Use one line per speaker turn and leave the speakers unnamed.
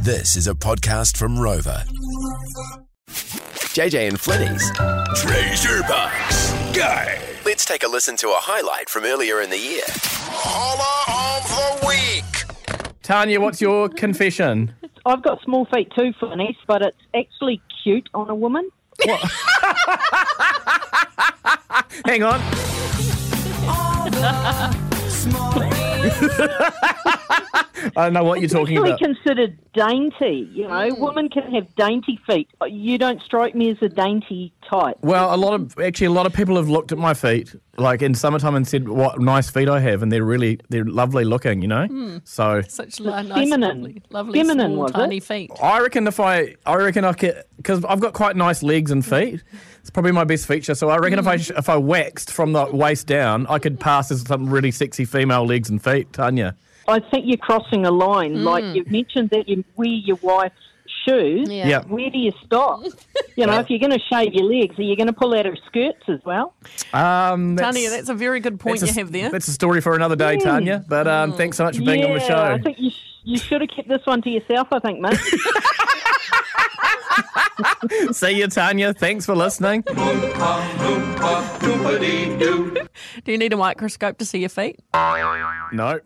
This is a podcast from Rover. JJ and Flinny's Treasure Box. Go! Let's take a listen to a highlight from earlier in the year.
Holler of the week.
Tanya, what's your confession?
I've got small feet too, Flinnies, but it's actually cute on a woman.
Hang on. I don't know what you're talking
actually
about.
considered dainty. You know, women can have dainty feet. You don't strike me as a dainty type.
Well, a lot of actually a lot of people have looked at my feet, like in summertime, and said what nice feet I have, and they're really they're lovely looking, you know.
Hmm.
So
Such li- nice,
feminine.
lovely, lovely
Feminine,
small,
was it?
tiny feet.
I reckon if I I reckon I could because I've got quite nice legs and feet. It's probably my best feature. So I reckon if I sh- if I waxed from the waist down, I could pass as some really sexy female legs and feet, Tanya.
I think you're crossing a line. Like you mentioned that you wear your wife's shoes.
Yeah.
Yeah.
Where do you stop? You know, if you're going to shave your legs, are you going to pull out her skirts as well?
Um, that's,
Tanya, that's a very good point
that's a,
you have there. Oh.
That's a story for another day, Tanya. But um, thanks so much for being
yeah,
on the show.
I think you, sh- you should have kept this one to yourself. I think, mate.
See you, Tanya. Thanks for listening.
Do you need a microscope to see your feet?
no.